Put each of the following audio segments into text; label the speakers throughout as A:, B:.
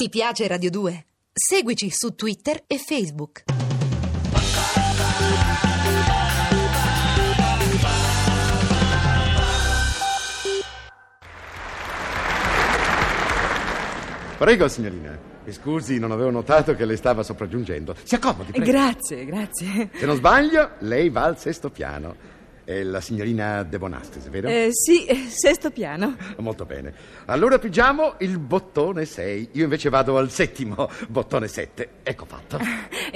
A: Ti piace Radio 2? Seguici su Twitter e Facebook.
B: Prego, signorina. Mi scusi, non avevo notato che lei stava sopraggiungendo. Si accomodi, prego.
C: Grazie, grazie.
B: Se non sbaglio, lei va al sesto piano. È la signorina De Bonastis, vero?
C: Eh, sì, eh, sesto piano.
B: Molto bene. Allora pigiamo il bottone 6. Io invece vado al settimo bottone 7. Ecco fatto.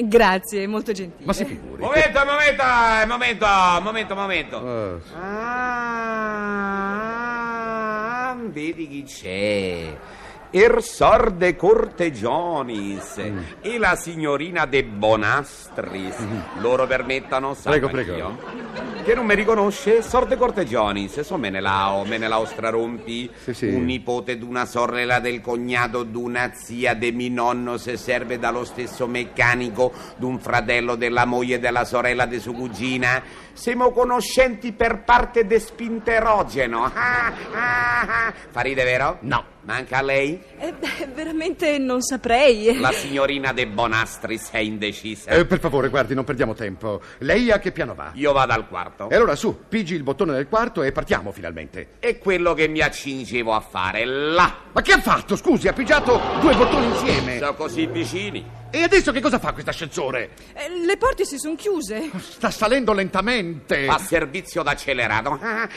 C: Grazie, molto gentile.
B: Ma si figuri.
D: Momento, momento, eh, momento, momento, momento.
B: Eh,
D: Ah, vedi chi c'è. Il sor de Cortegionis
B: Mm.
D: e la signorina de Bonastris. Loro permettano, sa
B: Mm-hmm. Prego,
D: anch'io,
B: prego.
D: Che non mi riconosce, sor de Cortegionis. So Menelao, Menelao Strarompi,
B: Sì, sì.
D: un nipote d'una sorella del cognato d'una zia de mi nonno, se serve dallo stesso meccanico d'un fratello della moglie e della sorella de sua cugina. Siamo conoscenti per parte de spinterogeno. Ah, ah, ah. Fa ride, vero?
B: No.
D: Manca a lei?
C: Eh, beh, veramente non saprei.
D: La signorina De Bonastris è indecisa.
B: eh, per favore, guardi, non perdiamo tempo. Lei a che piano va?
D: Io vado al quarto.
B: E allora su, pigi il bottone del quarto e partiamo finalmente.
D: E quello che mi accingevo a fare là.
B: Ma che ha fatto? Scusi, ha pigiato due bottoni insieme.
D: Sono così vicini.
B: E adesso che cosa fa questo ascensore?
C: Eh, le porte si sono chiuse.
B: Sta salendo lentamente.
D: Fa servizio d'accelerato. Ah,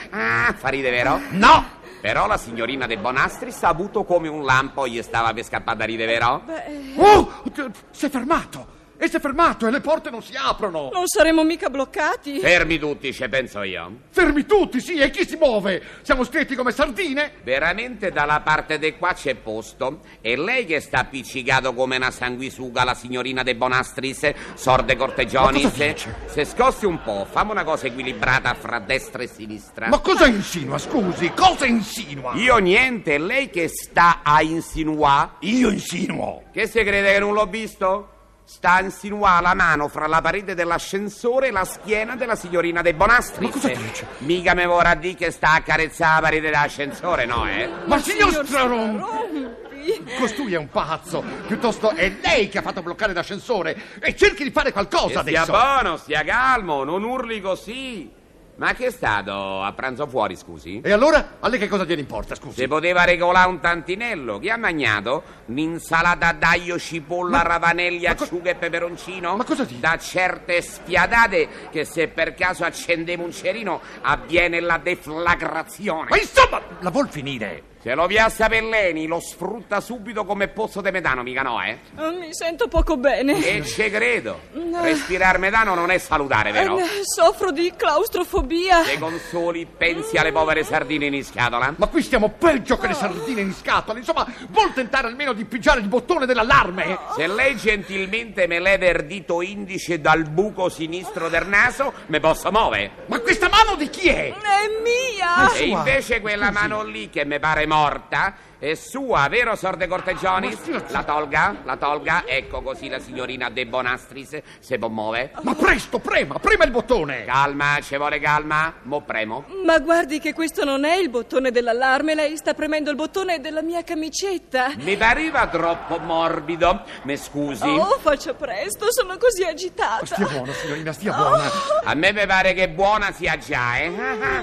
D: ah, fa ride, vero?
B: No!
D: Però la signorina De Bonastris ha avuto come un lampo, gli stava per scappare da ride, vero?
C: Beh, eh,
B: Oh! t- Si è fermato! E si è fermato e le porte non si aprono!
C: non saremo mica bloccati.
B: Eh,
D: Fermi tutti, ce penso io.
B: Fermi tutti, sì, e chi si muove? Siamo stretti come sardine?
D: Veramente dalla parte di qua c'è posto. E lei che sta appiccicato come una sanguisuga, la signorina De Bonastris, sorde cortegioni.
B: Ma cosa
D: Se,
B: dice?
D: se scossi un po', fammi una cosa equilibrata fra destra e sinistra.
B: Ma cosa insinua, scusi? Cosa insinua?
D: Io niente, lei che sta a insinuare.
B: Io insinuo!
D: Che se crede che non l'ho visto? Sta a insinuare la mano fra la parete dell'ascensore e la schiena della signorina De Bonastris.
B: Ma cosa dice?
D: Mica mi vorrà dire che sta a carezzare la parete dell'ascensore, no, eh?
B: Ma signor Straron!
C: Rompi.
B: Costui è un pazzo! Piuttosto è lei che ha fatto bloccare l'ascensore! E cerchi di fare qualcosa
D: E Stia
B: adesso!
D: buono, stia calmo, non urli così. Ma che è stato a pranzo fuori, scusi?
B: E allora? A lei che cosa gliene importa, scusi?
D: Se poteva regolare un tantinello, chi ha mangiato? Un'insalata d'aglio, cipolla, ravanelli,
B: co-
D: acciughe e peperoncino?
B: Ma cosa dici?
D: Da certe sfiatate che se per caso accendevo un cerino avviene la deflagrazione.
B: Ma insomma, la vuol finire!
D: Se lo piazza Pelleni lo sfrutta subito come pozzo di metano, mica no, eh?
C: Oh, mi sento poco
B: Eh,
C: bene. Eh,
D: E ce credo.
C: No.
D: Respirare metano non è salutare, vero?
C: Eh, soffro di claustrofobia.
B: Eh.
D: Te consoli, pensi alle povere sardine in scatola?
B: Ma qui stiamo peggio che le sardine in scatola! Insomma, vuol tentare almeno di pigiare il bottone dell'allarme!
D: Se lei gentilmente me leva il dito indice dal buco sinistro del naso, me posso muovere.
B: Ma questa mano di chi è?
C: È mia.
B: Sua.
D: E invece quella mano lì che mi pare morta è sua, vero Sorde Cortegioni?
B: Ma scherzi.
D: La tolga, la tolga, ecco così la signorina De Bonastris se può muovere.
B: Ma presto, prema, prema il bottone! Ah,
D: Calma, ci vuole calma, mo premo.
C: Ma guardi che questo non è il bottone dell'allarme, lei sta premendo il bottone della mia camicetta.
D: Mi pareva troppo morbido, mi scusi.
C: Oh, faccia presto, sono così agitata. Oh,
B: Stia buona, signorina, stia buona!
D: A me mi pare che buona sia già, eh? Ah, ah,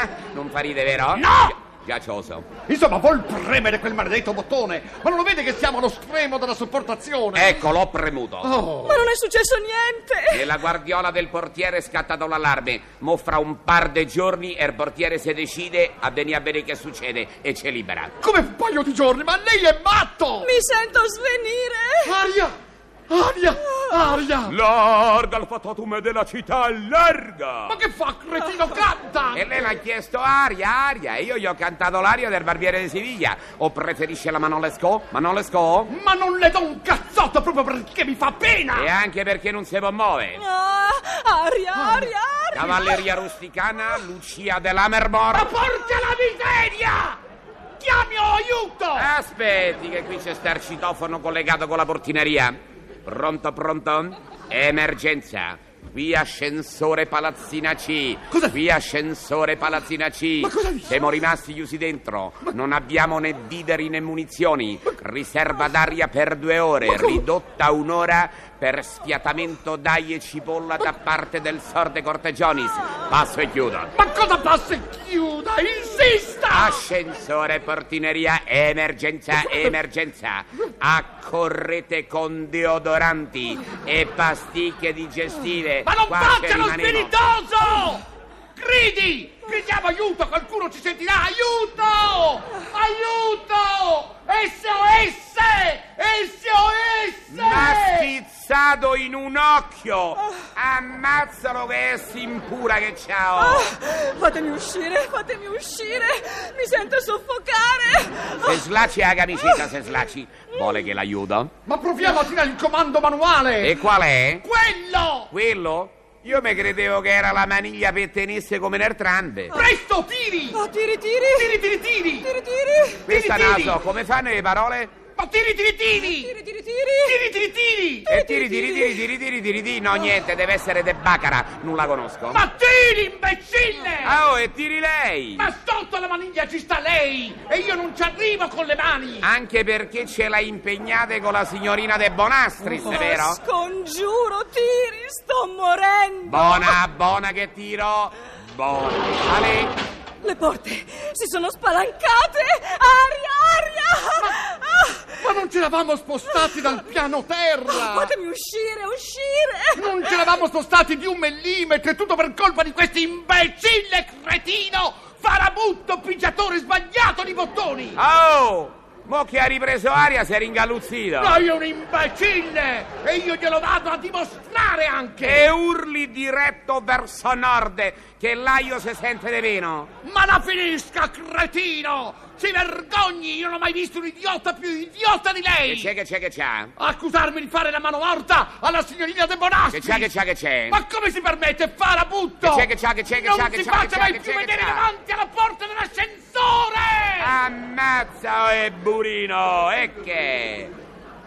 D: ah. Non farite, vero? No! Già ce lo so.
B: Insomma, vuol premere quel maledetto bottone! Ma non lo vede che siamo allo stremo della sopportazione?
D: Ecco, l'ho premuto.
B: Oh.
C: Ma non è successo niente.
D: Nella guardiola del portiere è scattato l'allarme. Mo fra un par di giorni e il portiere si decide a venire a vedere che succede e c'è libera.
B: Come un paio di giorni, ma lei è matto!
C: Mi sento svenire.
B: Aria! Aria! Aria!
D: Larga il fatatum della città, larga!
B: Ma che fa, cretino, canta!
D: E lei l'ha chiesto aria, aria, e io gli ho cantato l'aria del barbiere di Siviglia. O preferisce la Manolesco? Manolesco?
B: Ma non le do un cazzotto proprio perché mi fa
D: E
B: pena!
D: anche perché non si può muovere.
C: Ah, aria, aria, aria.
D: Cavalleria rusticana, Lucia
B: Ma
D: dell'Amerbor.
B: porca la miseria! Chiami o aiuto!
D: Aspetti, che qui c'è sta il citofono collegato con la portineria. Pronto, pronto? Emergenza. Qui ascensore palazzina C.
E: Cosa-
D: Qui ascensore palazzina C.
E: Ma cosa dici?
D: Siamo rimasti chiusi dentro. Non abbiamo né videri né munizioni. Riserva d'aria per due ore. Ridotta a un'ora per sfiatamento d'aie e cipolla da parte del sorte cortegionis. Passo e chiudo.
E: Ma cosa passa e chiuda? Insista!
D: Ah, Ascensore, portineria, emergenza, emergenza. Accorrete con deodoranti e pasticche digestive.
B: Ma non
D: Qua
B: faccia
D: ci
B: lo
D: rimanevo.
B: spiritoso! Gridi! Gridiamo aiuto! Qualcuno ci sentirà! Aiuto! Aiuto! SOS! SOS!
D: M'ha schizzato in un occhio! Ammazzalo che è simpura che ciao!
C: Fatemi uscire, fatemi uscire! Mi sento soffocare!
D: Se slacci la camicetta, se slacci. Vuole che l'aiuto?
B: Ma proviamo a tirare il comando manuale!
D: E qual è?
B: Quello!
D: Quello? Io mi credevo che era la maniglia per tenesse come nel trambe.
B: Presto, tiri!
C: Oh, tiri,
B: Tiri,
C: tiri!
B: tiri, tiri!
C: Tiri, tiri!
D: Questa
B: tiri,
D: non la
B: tiri.
D: so, come fanno le parole?
B: Ma tiri, tiri, tiri!
C: Tiri, tiri, tiri!
B: Tiri, tiri, tiri!
D: E tiri, tiri, tiri, tiri, tiri, tiri, tiri, no niente, deve essere De Baccara, non la conosco.
B: Ma tiri, imbecille!
D: Ah, oh, e tiri lei!
B: Ma sotto la maniglia ci sta lei! E io non ci arrivo con le mani!
D: Anche perché ce l'hai impegnate con la signorina De Bonastris,
C: Ma
D: vero?
C: scongiuro, tiri! Sto
D: Boh.
C: morendo!
D: Buona, buona che tiro! Buona! Ale!
C: Le porte si sono spalancate! Aria, aria!
E: Ma non ci eravamo spostati dal piano
C: Ah,
E: terra!
C: Fatemi uscire, uscire!
E: Non ci eravamo spostati di un millimetro e tutto per colpa di questi
B: Imbecille cretino! Farabutto, pigiatore sbagliato di bottoni!
D: Oh! Mo che ha ripreso aria si è ringalluzzito!
B: Lei è un imbecille! E io glielo vado a dimostrare anche!
D: E urli diretto verso nord, che l'aio si sente di meno!
B: Ma la finisca, cretino! Si vergogni! Io non ho mai visto un idiota più idiota di
D: Che c'è,
B: lei!
D: che c'è, che c'è?
B: Accusarmi di fare la mano morta alla signorina De
D: Che
B: Bonassi!
D: c'è, che c'è, che c'è?
B: Ma come si permette, farabutto?
D: Che c'è, che c'è, che c'è, che
B: non
D: c'è, che
B: si
D: c'è, che
B: faccia
D: c'è,
B: mai
D: che
B: più
D: c'è, che
B: vedere
D: c'è? Ah,
B: davanti alla porta dell'ascensore!
D: Ammazza oh, e burino! E che?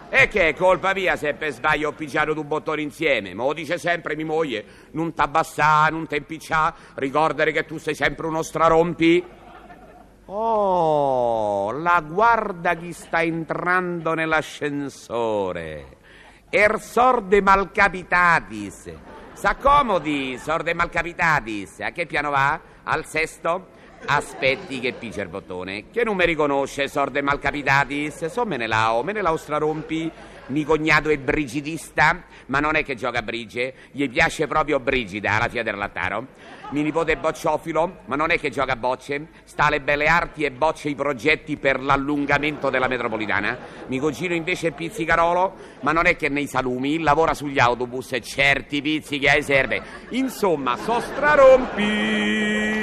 D: E che è colpa mia se per sbaglio ho picciato due bottoni insieme? Me lo dice sempre mia moglie. Non t'abbassà, non t'impiccià, ricordare che tu sei sempre uno strarompi. Oh, la guarda chi sta entrando nell'ascensore. Er sorde malcapitatis. S'accomodi, sorde malcapitatis. A che piano va? Al sesto? Aspetti che pigia il bottone. Che non mi riconosce, sorde malcapitatis? So me ne lao, me ne lao strarompi. Mi cognato è brigidista, ma non è che gioca a brige, gli piace proprio Brigida, la figlia del lattaro. Mi nipote è bocciofilo, ma non è che gioca a bocce, sta alle belle arti e bocce i progetti per l'allungamento della metropolitana. Mi cugino invece è pizzicarolo, ma non è che nei salumi, lavora sugli autobus e certi pizzi che ai serve. Insomma, so strarompi!